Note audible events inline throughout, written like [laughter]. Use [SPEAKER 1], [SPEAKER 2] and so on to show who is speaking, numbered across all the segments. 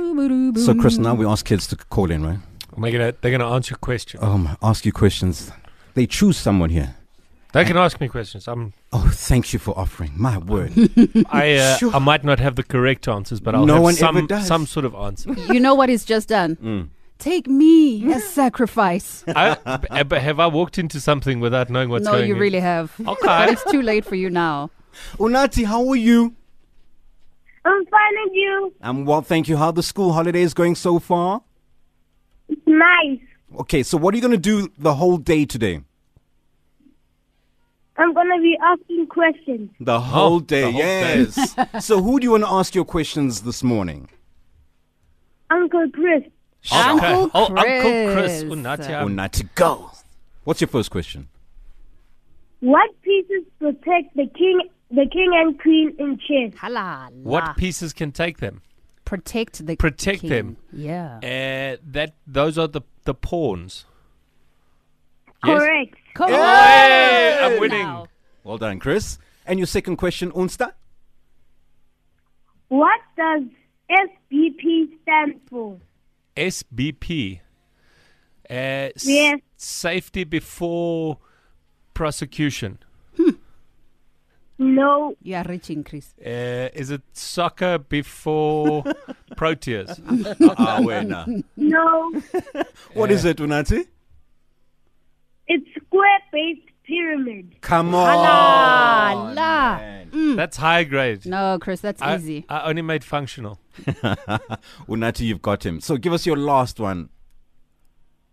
[SPEAKER 1] So, Chris, now we ask kids to call in, right?
[SPEAKER 2] Am I gonna, they're going to answer questions.
[SPEAKER 1] Um, ask you questions. They choose someone here.
[SPEAKER 2] They can ask me
[SPEAKER 1] [laughs]
[SPEAKER 2] questions. I'm,
[SPEAKER 1] Oh, thank you for offering. My word.
[SPEAKER 2] I, uh,
[SPEAKER 1] Sure.
[SPEAKER 2] I might not have the correct answers, but I'll
[SPEAKER 1] No
[SPEAKER 2] have
[SPEAKER 1] one
[SPEAKER 2] some,
[SPEAKER 1] ever does.
[SPEAKER 2] some sort of answer.
[SPEAKER 3] You know what he's just done?
[SPEAKER 1] Mm.
[SPEAKER 3] Take me as
[SPEAKER 1] [laughs]
[SPEAKER 3] sacrifice.
[SPEAKER 2] I, [laughs] b- but have I walked into something without knowing what's
[SPEAKER 3] no,
[SPEAKER 2] going
[SPEAKER 3] you
[SPEAKER 2] in?
[SPEAKER 3] really have. But
[SPEAKER 2] Okay.
[SPEAKER 3] it's too late for you now.
[SPEAKER 1] [laughs]
[SPEAKER 2] [laughs]
[SPEAKER 1] Unati, how are you?
[SPEAKER 4] I'm fine with you.
[SPEAKER 1] I'm well, thank you. How are the school holidays going so far?
[SPEAKER 4] It's nice.
[SPEAKER 1] Okay, so what are you going to do the whole day today?
[SPEAKER 4] I'm gonna be asking questions.
[SPEAKER 1] Oh, The whole day,
[SPEAKER 2] whole day.
[SPEAKER 1] yes. [laughs] so, who do you want to ask your questions this morning?
[SPEAKER 4] Uncle Chris,
[SPEAKER 3] Uncle
[SPEAKER 2] Oh, Uncle Chris. Oh,
[SPEAKER 3] Chris. Ah.
[SPEAKER 2] Unatia.
[SPEAKER 1] Unati, go. What's your first question?
[SPEAKER 4] what pieces protect the king, the king and queen in chess?
[SPEAKER 3] Halal.
[SPEAKER 2] What pieces can take them?
[SPEAKER 3] Protect the
[SPEAKER 2] Protect
[SPEAKER 3] king.
[SPEAKER 2] them.
[SPEAKER 3] Yeah.
[SPEAKER 2] Uh, that those are the the pawns.
[SPEAKER 4] Correct.
[SPEAKER 3] Come
[SPEAKER 2] Hey,
[SPEAKER 3] on
[SPEAKER 2] I'm eh, winning.
[SPEAKER 3] now.
[SPEAKER 1] Well done, Chris. And your second question, [laughs] Unsta?
[SPEAKER 4] What does SBP stand for?
[SPEAKER 2] SBP. Uh, s-
[SPEAKER 4] Yes.
[SPEAKER 2] Safety before prosecution.
[SPEAKER 4] No,
[SPEAKER 3] You are reaching, Chris.
[SPEAKER 2] Uh, is it soccer before Proteas?
[SPEAKER 1] Ah, Awena.
[SPEAKER 4] no,
[SPEAKER 1] What is it, Unati?
[SPEAKER 4] it's square-based pyramid.
[SPEAKER 1] Come
[SPEAKER 2] Oh,
[SPEAKER 1] on.
[SPEAKER 3] Halal.
[SPEAKER 2] That's high grade.
[SPEAKER 3] No, Chris, that's
[SPEAKER 2] I,
[SPEAKER 3] easy.
[SPEAKER 2] I only made functional.
[SPEAKER 1] Unati, you've got him. So, give us your last one.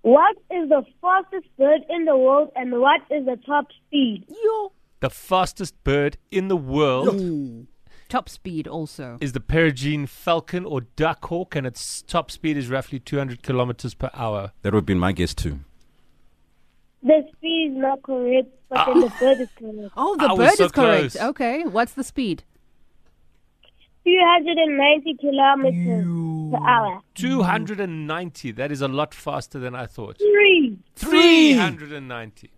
[SPEAKER 4] What is the fastest bird in the world, and what is the top speed?
[SPEAKER 3] Yo. Mm.
[SPEAKER 2] The fastest bird in the world
[SPEAKER 3] Top speed also.
[SPEAKER 2] is the Peregrine falcon or duck hawk, and its top speed is roughly 200 kilometers per hour.
[SPEAKER 1] That would have been my guess, too.
[SPEAKER 4] The speed is not correct, but then the bird is correct.
[SPEAKER 3] Oh, the
[SPEAKER 2] I was
[SPEAKER 3] bird
[SPEAKER 2] so
[SPEAKER 3] is correct.
[SPEAKER 2] close.
[SPEAKER 3] Okay. What's the speed?
[SPEAKER 4] 290 kilometers per hour.
[SPEAKER 2] 290. That is a lot faster than I thought.
[SPEAKER 4] Three.
[SPEAKER 2] 390.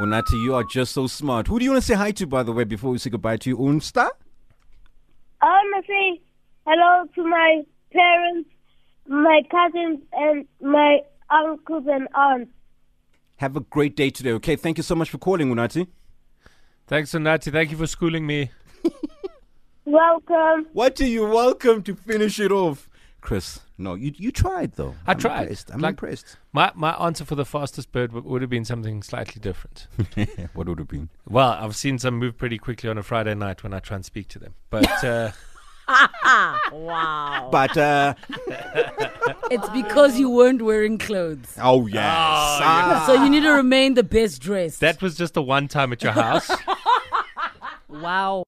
[SPEAKER 1] Unati, you are just so smart. Who do you want to say hi to, by the way, before we say goodbye to you? Unsta?
[SPEAKER 4] I want to say hello to my parents, my cousins, and my uncles and aunts.
[SPEAKER 1] Have a great day today, okay? Thank you so much for calling, Unati.
[SPEAKER 2] Thanks, Anati. Thank you for schooling me.
[SPEAKER 4] Welcome.
[SPEAKER 1] What are you welcome to finish it off? Chris, no, you you tried though.
[SPEAKER 2] I
[SPEAKER 1] I'm
[SPEAKER 2] tried.
[SPEAKER 1] Impressed. I'm
[SPEAKER 2] Like- [laughs]
[SPEAKER 1] impressed. [laughs]
[SPEAKER 2] My, my answer for the fastest bird w- would have been something slightly different.
[SPEAKER 1] what would it be?
[SPEAKER 2] well, I've seen some move pretty quickly on a Friday night when I try and speak to them. But uh,
[SPEAKER 1] But uh,
[SPEAKER 5] It's because you weren't wearing clothes.
[SPEAKER 1] oh yes, Ah.
[SPEAKER 5] So you need to remain the best dressed.
[SPEAKER 2] that was just the one time at your house.
[SPEAKER 3] Wow.